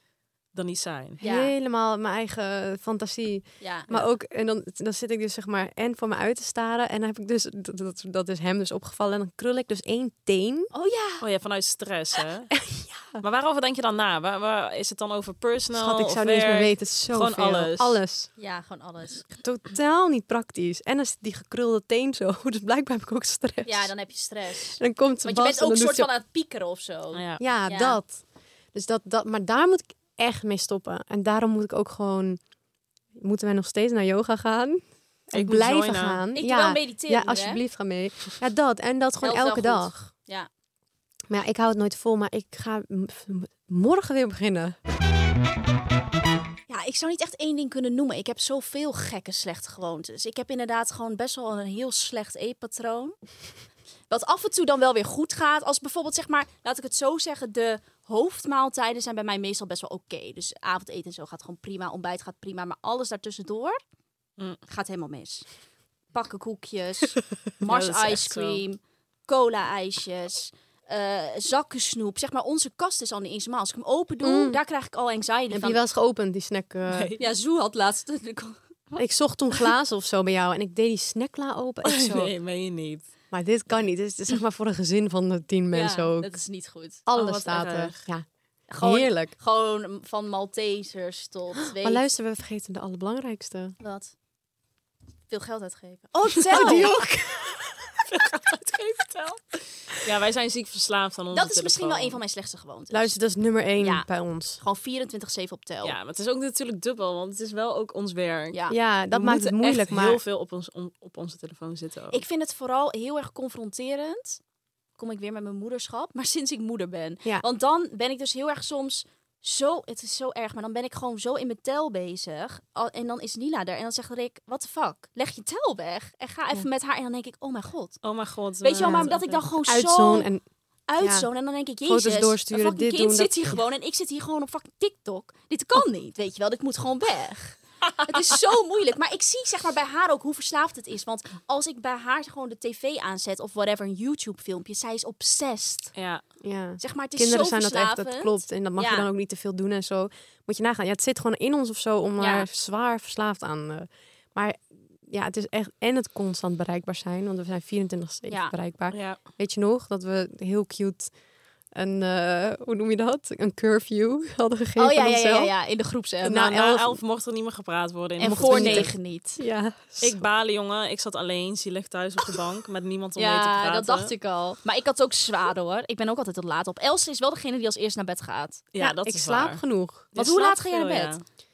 Speaker 3: dan niet zijn.
Speaker 1: Ja.
Speaker 4: Helemaal mijn eigen fantasie.
Speaker 1: Ja.
Speaker 4: Maar ook, en dan, dan zit ik dus zeg maar en voor me uit te staren. En dan heb ik dus, dat, dat, dat is hem dus opgevallen. En dan krul ik dus één teen.
Speaker 1: Oh ja.
Speaker 3: Oh ja, vanuit stress, hè? Maar waarover denk je dan na? Waar, waar- is het dan over personal?
Speaker 4: Schat, ik
Speaker 3: of
Speaker 4: zou niet eens meer
Speaker 3: werk?
Speaker 4: weten. Zo
Speaker 3: Gewoon alles.
Speaker 4: Alles.
Speaker 1: Ja, gewoon alles.
Speaker 4: Totaal niet praktisch. En dan zit die gekrulde teen zo. Dus blijkbaar heb ik ook stress.
Speaker 1: Ja, dan heb je stress.
Speaker 4: En dan komt
Speaker 1: Want je
Speaker 4: Bas
Speaker 1: bent
Speaker 4: en
Speaker 1: ook
Speaker 4: dan
Speaker 1: soort
Speaker 4: doet
Speaker 1: van aan het piekeren of zo.
Speaker 3: Ja.
Speaker 4: ze- Ja,
Speaker 1: Ja.
Speaker 4: dat. Dus dat, dat. Maar daar moet ik echt mee stoppen. En daarom moet ik ook gewoon... Moeten wij nog steeds naar yoga gaan? En
Speaker 3: Ik moet
Speaker 4: blijven
Speaker 3: joinen.
Speaker 4: gaan.
Speaker 1: Ik doe
Speaker 4: ja.
Speaker 1: wel mediteren,
Speaker 4: Ja,
Speaker 1: hè?
Speaker 4: alsjeblieft, ga mee. Ja, dat. En dat gewoon
Speaker 1: Helpt
Speaker 4: elke
Speaker 1: wel goed.
Speaker 4: dag.
Speaker 1: Ja.
Speaker 4: Maar ja, ik hou het nooit vol, maar ik ga m- m- morgen weer beginnen.
Speaker 1: Ja, ik zou niet echt één ding kunnen noemen. Ik heb zoveel gekke slechte gewoontes. Ik heb inderdaad gewoon best wel een heel slecht eetpatroon. Wat af en toe dan wel weer goed gaat. Als bijvoorbeeld, zeg maar, laat ik het zo zeggen, de hoofdmaaltijden zijn bij mij meestal best wel oké. Dus avondeten en zo gaat gewoon prima, ontbijt gaat prima. Maar alles daartussendoor
Speaker 3: Mm.
Speaker 1: gaat helemaal mis. Pakken koekjes,
Speaker 3: Ja,
Speaker 1: Mars
Speaker 3: dat is echt
Speaker 1: ice cream, cola ijsjes, eh, zakken snoep. Zeg maar, onze kast is al niet eens normaal. Als ik hem open doe,
Speaker 4: Mm.
Speaker 1: daar krijg ik al anxiety
Speaker 4: Heb
Speaker 1: van.
Speaker 4: je wel eens geopend, die snack? eh?
Speaker 3: Nee.
Speaker 1: Ja, Zoe had laatst.
Speaker 4: Ik zocht toen glazen of zo bij jou en ik deed die snackla open. Ik zo,
Speaker 3: Oh, Nee, meen je niet.
Speaker 4: Maar dit kan niet. Dit is zeg maar voor een gezin van de tien mensen
Speaker 1: ja,
Speaker 4: ook.
Speaker 1: Dat is niet goed.
Speaker 4: Alles
Speaker 3: Oh, wat
Speaker 4: staat er.
Speaker 3: erg.
Speaker 4: Ja,
Speaker 1: Gewoon,
Speaker 4: heerlijk.
Speaker 1: Gewoon van Maltesers tot. Weet
Speaker 4: Maar luister, we vergeten de allerbelangrijkste.
Speaker 1: Wat? Veel geld uitgeven. Oh, tel!
Speaker 3: Ja, wij zijn ziek verslaafd aan onze
Speaker 1: dat is misschien wel
Speaker 3: telefoon.
Speaker 1: een van mijn slechtste gewoontes.
Speaker 4: Luister, dat is nummer één
Speaker 1: Ja.
Speaker 4: bij ons.
Speaker 1: Gewoon 24-7 op tel.
Speaker 3: Ja, maar het is ook natuurlijk dubbel, want het is wel ook ons werk.
Speaker 1: Ja.
Speaker 4: Ja, dat
Speaker 3: We
Speaker 4: maakt het
Speaker 3: moeten echt
Speaker 4: moeilijk. Maar
Speaker 3: heel veel op, ons, om- op onze telefoon zitten ook.
Speaker 1: Ik vind het vooral heel erg confronterend. Kom ik weer met mijn moederschap, maar sinds ik moeder ben.
Speaker 4: Ja.
Speaker 1: Want dan ben ik dus heel erg soms zo, het is zo erg, maar dan ben ik gewoon zo in mijn tel bezig. Al- En dan is Nila er en dan zegt Rick, what the fuck, leg je tel weg en ga even met haar. En dan denk ik, oh mijn god.
Speaker 3: Oh mijn god.
Speaker 1: Weet je wel,
Speaker 3: eh,
Speaker 1: maar omdat ik dan gewoon zo
Speaker 4: uitzoon en
Speaker 1: uitzoon en dan denk ik,
Speaker 4: Foto's
Speaker 1: jezus, een
Speaker 4: doorsturen,
Speaker 1: fucking
Speaker 4: dit
Speaker 1: kind
Speaker 4: doen,
Speaker 1: zit
Speaker 4: dat-
Speaker 1: hier gewoon en ik zit hier gewoon op fucking TikTok. Dit kan niet, weet je wel, dit moet gewoon weg. het is zo moeilijk, maar ik zie zeg maar bij haar ook hoe verslaafd het is. Want als ik bij haar gewoon de tv aanzet of whatever, een YouTube filmpje, zij is obsessed.
Speaker 3: Ja,
Speaker 4: ja.
Speaker 1: Zeg maar, het is
Speaker 4: Kinderen
Speaker 1: zo
Speaker 4: zijn dat echt, dat
Speaker 1: verslavend.
Speaker 4: klopt. En dat mag
Speaker 1: Ja.
Speaker 4: je dan ook niet te veel doen en zo. Moet je nagaan. Ja, het zit gewoon in ons of zo om
Speaker 1: Ja.
Speaker 4: daar zwaar verslaafd aan. eh. maar ja, het is echt en het constant bereikbaar zijn, want we zijn 24 7
Speaker 1: Ja.
Speaker 4: bereikbaar.
Speaker 3: ja.
Speaker 4: Weet je nog dat we heel cute een eh, hoe noem je dat? Een curfew hadden gegeven
Speaker 1: Oh ja,
Speaker 4: aan
Speaker 1: ja, ja,
Speaker 4: onszelf.
Speaker 1: ja, ja, in de groepsapp.
Speaker 3: Na,
Speaker 4: Nou,
Speaker 3: na
Speaker 4: elf-
Speaker 3: elf mocht er niet meer gepraat worden. in
Speaker 1: en
Speaker 3: de
Speaker 1: voor
Speaker 3: groep.
Speaker 1: negen niet.
Speaker 4: Ja.
Speaker 3: Ik balen, jongen. Ik zat alleen, zielig thuis op de bank met niemand om mee te praten.
Speaker 1: Ja, dat dacht ik al. Maar ik had ook zwaar hoor. Ik ben ook altijd het laat op. Els is wel degene die als eerst naar bed gaat.
Speaker 3: Ja, dat
Speaker 4: ik
Speaker 3: is
Speaker 4: slaap
Speaker 3: waar. Dus
Speaker 4: genoeg.
Speaker 1: Want
Speaker 3: Je
Speaker 1: hoe
Speaker 3: slaapt
Speaker 1: laat ga jij naar
Speaker 3: veel,
Speaker 1: bed?
Speaker 3: ja.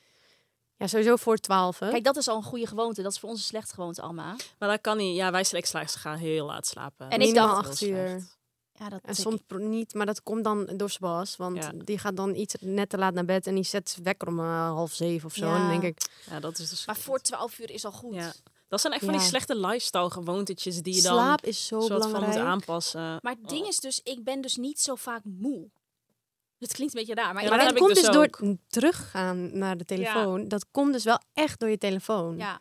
Speaker 4: Ja, sowieso voor 12. Hè?
Speaker 1: Kijk, dat is al een goede gewoonte. Dat is voor ons een slechte gewoonte, Alma.
Speaker 3: Maar dat kan niet. Ja, wij slechts gaan heel laat slapen.
Speaker 1: En ik
Speaker 4: Minimaal
Speaker 1: dacht-
Speaker 4: acht
Speaker 3: Heel
Speaker 4: uur.
Speaker 3: slecht.
Speaker 1: Ja, dat
Speaker 4: En
Speaker 1: denk
Speaker 4: soms
Speaker 1: ik.
Speaker 4: pro- niet, maar dat komt dan door Sebas. Want
Speaker 3: Ja.
Speaker 4: die gaat dan iets net te laat naar bed en die zet zijn wekker om eh, half zeven of zo.
Speaker 1: Ja.
Speaker 4: En dan denk ik,
Speaker 3: Ja, dat is dus.
Speaker 1: Maar voor 12 uur is al goed.
Speaker 3: Ja. Dat zijn echt van die
Speaker 4: Ja.
Speaker 3: slechte lifestyle gewoontetjes die je dan
Speaker 4: slaap is zo
Speaker 3: soort
Speaker 4: belangrijk.
Speaker 3: van moet aanpassen.
Speaker 1: Maar het ding is dus, ik ben dus niet zo vaak moe. Het klinkt een beetje raar, maar,
Speaker 3: Ja,
Speaker 1: ik
Speaker 4: maar
Speaker 1: ben-
Speaker 4: dat
Speaker 3: heb ik
Speaker 4: komt dus,
Speaker 3: dus
Speaker 4: door
Speaker 3: ook.
Speaker 4: het teruggaan naar de telefoon. Dat komt dus wel echt door je telefoon.
Speaker 1: ja.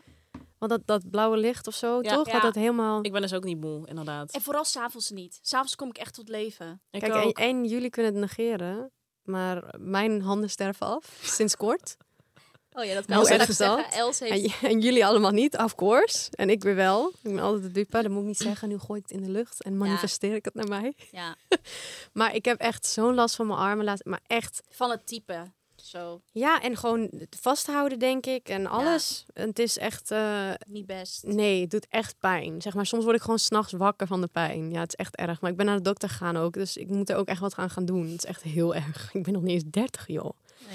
Speaker 4: Want dat, dat blauwe licht of zo,
Speaker 3: Ja.
Speaker 4: toch?
Speaker 1: Ja.
Speaker 4: Dat dat helemaal...
Speaker 3: Ik ben dus ook niet moe, inderdaad.
Speaker 1: En vooral s'avonds niet. S'avonds kom ik echt tot leven.
Speaker 3: Ik
Speaker 4: Kijk, en,
Speaker 3: ook.
Speaker 4: en jullie kunnen het negeren. Maar mijn handen sterven af, sinds kort.
Speaker 1: Oh ja, dat Ah,
Speaker 4: kan Hoe ik erg is
Speaker 1: zeggen.
Speaker 4: zeggen.
Speaker 1: Els heeft...
Speaker 4: En, j- en jullie allemaal niet, of course. En ik weer wel. Ik ben altijd de dupe, dat moet ik niet zeggen. Nu gooi ik het in de lucht en manifesteer ik het naar mij.
Speaker 1: Ja,
Speaker 4: Maar ik heb echt zo'n last van mijn armen. laat- Maar echt,
Speaker 1: van het type. Zo,
Speaker 4: ja, en gewoon het vasthouden, denk ik. En alles. En het is echt, eh,
Speaker 1: niet best.
Speaker 4: nee, het doet echt pijn. Zeg maar, soms word ik gewoon s'nachts wakker van de pijn. Ja, het is echt erg. Maar ik ben naar de dokter gegaan ook. Dus ik moet er ook echt wat aan gaan doen. Het is echt heel erg. Ik ben nog niet eens 30, joh.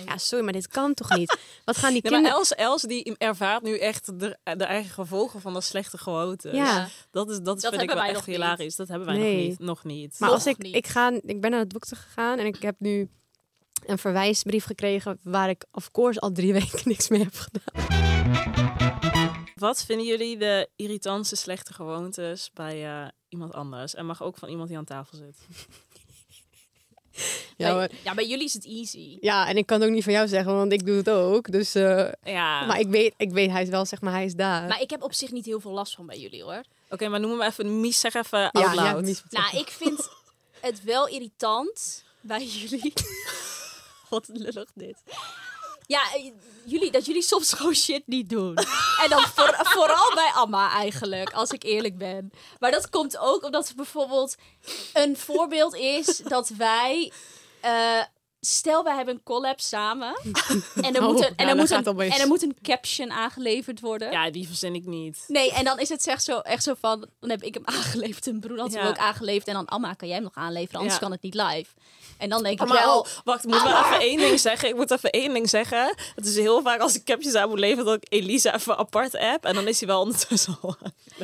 Speaker 4: Ja, sorry, maar dit kan toch niet? Wat gaan die
Speaker 3: Nee, maar
Speaker 4: kinderen...
Speaker 3: Els, Els die ervaart nu echt de, de eigen gevolgen van dat slechte gewoonte. Dus
Speaker 4: ja.
Speaker 3: Dat, is, dat,
Speaker 1: Dat
Speaker 3: vind ik
Speaker 1: hebben
Speaker 3: wel
Speaker 1: wij
Speaker 3: echt
Speaker 1: nog niet.
Speaker 3: hilarisch. Dat hebben wij nog
Speaker 4: Nee.
Speaker 3: niet. Nog niet.
Speaker 4: Maar
Speaker 1: Nog
Speaker 4: als ik,
Speaker 1: niet.
Speaker 4: ik, ga, ik ben naar de dokter gegaan en ik heb nu een verwijsbrief gekregen waar ik of course al drie weken niks mee heb gedaan.
Speaker 3: Wat vinden jullie de irritantste slechte gewoontes bij eh, iemand anders? En mag ook van iemand die aan tafel zit.
Speaker 4: Ja,
Speaker 1: bij, ja, bij jullie is het easy.
Speaker 4: ja, en ik kan het ook niet van jou zeggen, want ik doe het ook. Dus, eh,
Speaker 3: Ja.
Speaker 4: Maar ik weet, ik weet, hij is wel, zeg maar, hij is daar.
Speaker 1: Maar ik heb op zich niet heel veel last van bij jullie, hoor.
Speaker 3: Oké, maar noem hem even. Mies, zeg even out
Speaker 4: ja, ja,
Speaker 3: loud.
Speaker 4: mis-
Speaker 1: Nou, ik vind het wel irritant bij jullie. Wat lullig dit. Ja, eh, jullie, dat jullie soms gewoon shit niet doen. En dan voor- vooral bij Amma eigenlijk, als ik eerlijk ben. Maar dat komt ook omdat er bijvoorbeeld een voorbeeld is dat wij... eh, stel, wij hebben een collab samen. En er
Speaker 4: Oh,
Speaker 1: moet
Speaker 4: nou,
Speaker 1: een, en er
Speaker 4: dat
Speaker 1: moet
Speaker 4: gaat
Speaker 1: een,
Speaker 4: opeens.
Speaker 1: en er moet een caption aangeleverd worden.
Speaker 3: Ja, die verzin ik niet.
Speaker 1: Nee, en dan is het echt zo, echt zo van, dan heb ik hem aangeleverd en Broen had
Speaker 3: Ja.
Speaker 1: hem ook aangeleverd. En dan, Amma, kan jij hem nog aanleveren? Anders
Speaker 3: Ja.
Speaker 1: kan het niet live. En dan denk ik
Speaker 3: Maar
Speaker 1: wel,
Speaker 3: oh, wacht, ik moet
Speaker 4: Ah.
Speaker 3: wel even één ding zeggen. Ik moet even één ding zeggen. Het is heel vaak als ik captions aan moet leveren dat ik Elisa even apart app. En dan is hij wel ondertussen al.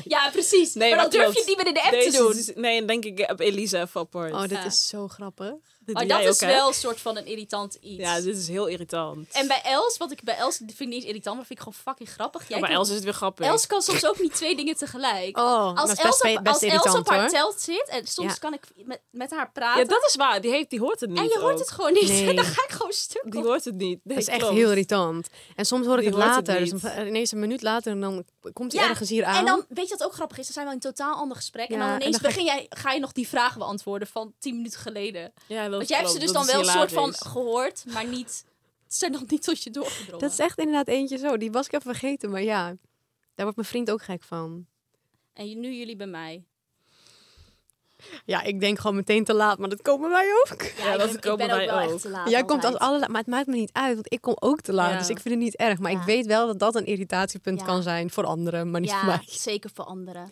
Speaker 1: ja, precies.
Speaker 3: Nee,
Speaker 1: maar dan
Speaker 3: maar
Speaker 1: durf je
Speaker 3: klopt.
Speaker 1: het niet meer in de app
Speaker 3: Nee,
Speaker 1: te doen.
Speaker 3: ze- ze- Nee, dan denk ik ik heb Elisa even apart.
Speaker 4: Oh, dit
Speaker 1: Ja.
Speaker 4: is zo grappig.
Speaker 3: Dit
Speaker 1: Maar
Speaker 3: doe
Speaker 1: dat
Speaker 3: jij
Speaker 1: is
Speaker 3: ook, hè?
Speaker 1: wel een soort van een irritant iets.
Speaker 3: Ja, dus- dit is heel irritant.
Speaker 1: En bij Els, wat ik bij Els vind ik niet eens irritant, maar vind ik gewoon fucking grappig. Jij
Speaker 3: Ja, maar
Speaker 1: kan-
Speaker 3: Els is het weer grappig.
Speaker 1: Els kan soms ook niet twee dingen tegelijk.
Speaker 4: Oh,
Speaker 1: als
Speaker 4: dat is
Speaker 1: Els
Speaker 4: best,
Speaker 1: op,
Speaker 4: best
Speaker 1: als Els
Speaker 4: irritant
Speaker 1: op haar
Speaker 4: hoor.
Speaker 1: telt zit en soms
Speaker 4: Ja.
Speaker 1: kan ik met, met haar praten.
Speaker 3: Ja, dat is waar. Die, heeft, die hoort het niet.
Speaker 1: en je hoort
Speaker 3: ook.
Speaker 1: het gewoon niet.
Speaker 4: Nee.
Speaker 1: En dan ga ik gewoon stuk.
Speaker 3: Die
Speaker 1: op.
Speaker 3: hoort het niet. Nee,
Speaker 4: Dat is echt
Speaker 3: klopt.
Speaker 4: heel irritant. En soms hoor ik
Speaker 3: Die
Speaker 4: het
Speaker 3: hoort het
Speaker 4: later.
Speaker 3: niet.
Speaker 4: dus dan- ineens een minuut later en dan komt hij
Speaker 1: Ja,
Speaker 4: ergens hier aan.
Speaker 1: En dan, weet je wat ook grappig is? Dan zijn we in een totaal ander gesprek. en
Speaker 4: Ja,
Speaker 1: dan
Speaker 4: en
Speaker 1: ineens
Speaker 4: dan ga ik-
Speaker 1: begin jij, ga je nog die vragen beantwoorden van tien minuten geleden.
Speaker 3: Ja, dat
Speaker 1: Want jij hebt ze dus
Speaker 3: klopt.
Speaker 1: dan
Speaker 3: Dat
Speaker 1: wel
Speaker 3: is
Speaker 1: een soort van
Speaker 3: hilarisch.
Speaker 1: gehoord, maar niet... Ze zijn nog niet tot je doorgedrongen.
Speaker 4: Dat is echt inderdaad eentje zo. Die was ik even vergeten, maar ja. Daar wordt mijn vriend ook gek van.
Speaker 1: En nu jullie bij mij.
Speaker 4: Ja, ik denk gewoon meteen te laat, maar dat komen wij ook.
Speaker 1: Ja,
Speaker 3: dat
Speaker 1: ik ben, ik
Speaker 3: komen
Speaker 1: ben ook
Speaker 3: wij
Speaker 1: wel
Speaker 3: ook.
Speaker 1: echt te laat.
Speaker 4: Jij komt als
Speaker 1: altijd.
Speaker 4: alle, maar het maakt me niet uit, want ik kom ook te laat.
Speaker 3: Ja.
Speaker 4: Dus ik vind het niet erg. Maar
Speaker 1: Ja.
Speaker 4: ik weet wel dat dat een irritatiepunt
Speaker 1: Ja.
Speaker 4: kan zijn voor anderen, maar niet
Speaker 1: ja,
Speaker 4: voor mij.
Speaker 1: zeker voor anderen.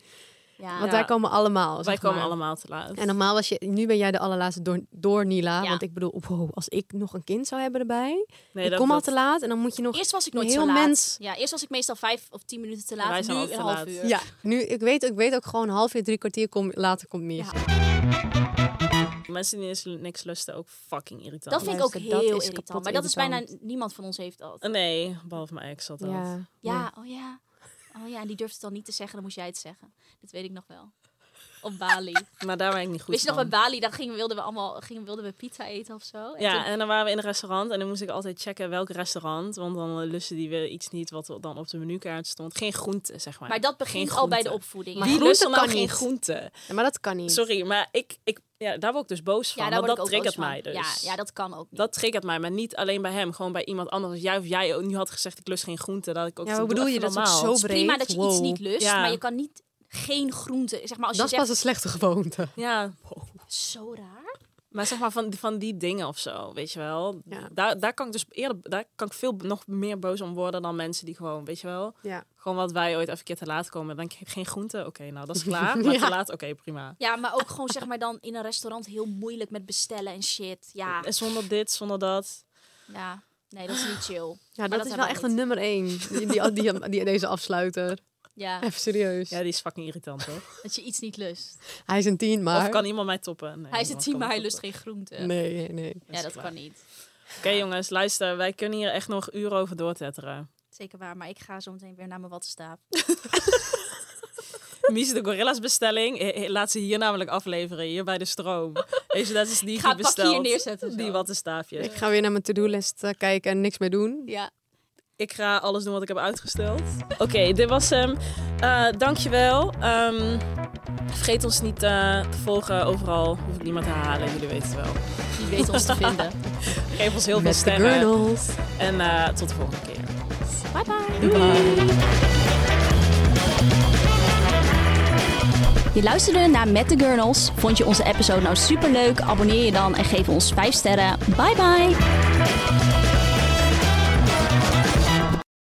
Speaker 1: Ja.
Speaker 4: Want
Speaker 3: Ja.
Speaker 4: wij komen allemaal.
Speaker 3: Wij
Speaker 4: zeg
Speaker 3: komen
Speaker 4: maar.
Speaker 3: allemaal te laat.
Speaker 4: En normaal was je, nu ben jij de allerlaatste door, door Nila.
Speaker 1: Ja.
Speaker 4: Want ik bedoel, wow, als ik nog een kind zou hebben erbij.
Speaker 3: nee,
Speaker 4: ik
Speaker 3: dat-
Speaker 4: kom al
Speaker 3: dat-
Speaker 4: te laat en dan moet je nog.
Speaker 1: Eerst was ik nooit
Speaker 4: heel
Speaker 1: zo laat.
Speaker 4: mens.
Speaker 1: Ja, eerst was ik meestal vijf of tien minuten te laat.
Speaker 3: wij zijn
Speaker 1: nu
Speaker 3: altijd
Speaker 1: een
Speaker 3: te
Speaker 1: half
Speaker 3: laat.
Speaker 1: uur.
Speaker 4: Ja, nu, ik, weet, ik weet ook gewoon een half uur, drie kwartier kom, later komt Mies.
Speaker 1: Ja.
Speaker 3: Mensen die eens niks lusten, ook fucking irritant.
Speaker 1: Dat vind ik ook
Speaker 4: Luister, dat
Speaker 1: heel
Speaker 4: is
Speaker 1: irritant.
Speaker 4: kapot
Speaker 1: Maar dat is bijna
Speaker 4: irritant.
Speaker 1: niemand van ons heeft dat.
Speaker 3: Eh, Nee, behalve mijn ex had dat.
Speaker 4: Ja.
Speaker 1: Ja, oh ja. Oh ja, en die durfde het dan niet te zeggen, dan moest jij het zeggen. Dat weet ik nog wel. Op Bali.
Speaker 3: Maar daar ben ik niet goed
Speaker 1: Weet je nog bij
Speaker 3: van.
Speaker 1: Bali, dan gingen, wilden we allemaal gingen, wilden we pizza eten of zo. En
Speaker 3: ja,
Speaker 1: toen-
Speaker 3: en dan waren we in een restaurant en dan moest ik altijd checken welk restaurant. Want dan eh, lusten die weer iets niet wat dan op de menukaart stond. Geen groente, zeg maar.
Speaker 1: maar dat begint al bij de opvoeding.
Speaker 4: Maar
Speaker 3: Wie
Speaker 4: groente
Speaker 3: lust er nou
Speaker 4: kan
Speaker 3: geen
Speaker 4: niet.
Speaker 3: groente?
Speaker 4: Ja, maar dat kan niet.
Speaker 3: Sorry, maar ik, ik, ja, daar word ik dus boos van.
Speaker 1: ja, daar
Speaker 3: want
Speaker 1: word ik
Speaker 3: dat
Speaker 1: ook boos
Speaker 3: triggert
Speaker 1: van.
Speaker 3: mij dus.
Speaker 1: Ja, ja, dat kan ook niet.
Speaker 3: Dat triggert mij, maar niet alleen bij hem. Gewoon bij iemand anders. Als jij of jij ook nu had gezegd, ik lust geen groente. Dat ik ook
Speaker 4: Ja,
Speaker 3: zo
Speaker 4: wat
Speaker 3: doe
Speaker 4: bedoel je?
Speaker 3: even
Speaker 4: Dat is ook
Speaker 3: normaal.
Speaker 4: zo
Speaker 1: Het is prima
Speaker 4: breed.
Speaker 1: dat je
Speaker 4: Wow.
Speaker 1: iets niet lust,
Speaker 3: Ja.
Speaker 1: maar je kan niet geen groente. Zeg maar als
Speaker 4: dat is
Speaker 1: je
Speaker 4: pas
Speaker 1: zegt,
Speaker 4: een slechte gewoonte.
Speaker 3: Ja,
Speaker 1: zo raar.
Speaker 3: maar zeg maar van, van die dingen of zo, weet je wel.
Speaker 4: Ja.
Speaker 3: Daar, daar kan ik dus eerder, daar kan ik veel nog meer boos om worden dan mensen die gewoon, weet je wel.
Speaker 4: Ja.
Speaker 3: Gewoon wat wij ooit even een keer te laat komen. Dan heb ik geen groente, oké, nou dat is klaar. Maar te laat, oké, prima.
Speaker 1: Ja, maar ook gewoon zeg maar dan in een restaurant heel moeilijk met bestellen en shit. Ja,
Speaker 3: En zonder dit, zonder dat.
Speaker 1: ja. Nee, dat is niet chill.
Speaker 4: Ja, dat,
Speaker 1: dat
Speaker 4: is
Speaker 1: hebben
Speaker 4: wel
Speaker 1: we
Speaker 4: echt
Speaker 1: niet.
Speaker 4: een nummer één. Die, die, die, die- deze afsluiter.
Speaker 1: Ja,
Speaker 4: Even serieus.
Speaker 3: Ja, die is fucking irritant, hoor.
Speaker 1: dat je iets niet lust.
Speaker 4: Hij is een tien, maar...
Speaker 3: Of kan iemand mij toppen? Nee,
Speaker 1: Hij is een
Speaker 3: niemand
Speaker 1: team,
Speaker 3: kan
Speaker 1: maar
Speaker 3: me
Speaker 1: hij lust
Speaker 3: toppen.
Speaker 1: geen groente.
Speaker 4: Nee, nee, nee.
Speaker 1: Ja, dat
Speaker 3: klaar.
Speaker 1: kan niet.
Speaker 3: Oké jongens, luister, wij kunnen hier echt nog uren over doortetteren.
Speaker 1: Zeker waar, maar ik ga zo meteen weer naar mijn wattenstaaf.
Speaker 3: Mies de Gorilla's bestelling, eh, eh, laat ze hier namelijk afleveren, hier bij de stroom. Weet je, dat is die
Speaker 1: Ik ga
Speaker 3: die
Speaker 1: het pakje
Speaker 3: besteld.
Speaker 1: hier neerzetten. zo.
Speaker 3: Die wattenstaafjes.
Speaker 4: Ik ga weer naar mijn to-do-list eh, kijken en niks meer doen.
Speaker 1: Ja.
Speaker 3: Ik ga alles doen wat ik heb uitgesteld. Oké, dit was hem. Eh, dankjewel. Ehm, vergeet ons niet eh, te volgen overal. Hoef ik niemand te halen, jullie weten het wel.
Speaker 1: Die weet ons te vinden.
Speaker 3: Geef ons heel veel
Speaker 4: Met de
Speaker 3: sterren.
Speaker 4: girls.
Speaker 3: En eh, tot de volgende keer.
Speaker 1: Bye bye. Je luisterde naar Met de Gurnals. Vond je onze episode nou superleuk? Abonneer je dan en geef ons 5 sterren. Bye bye.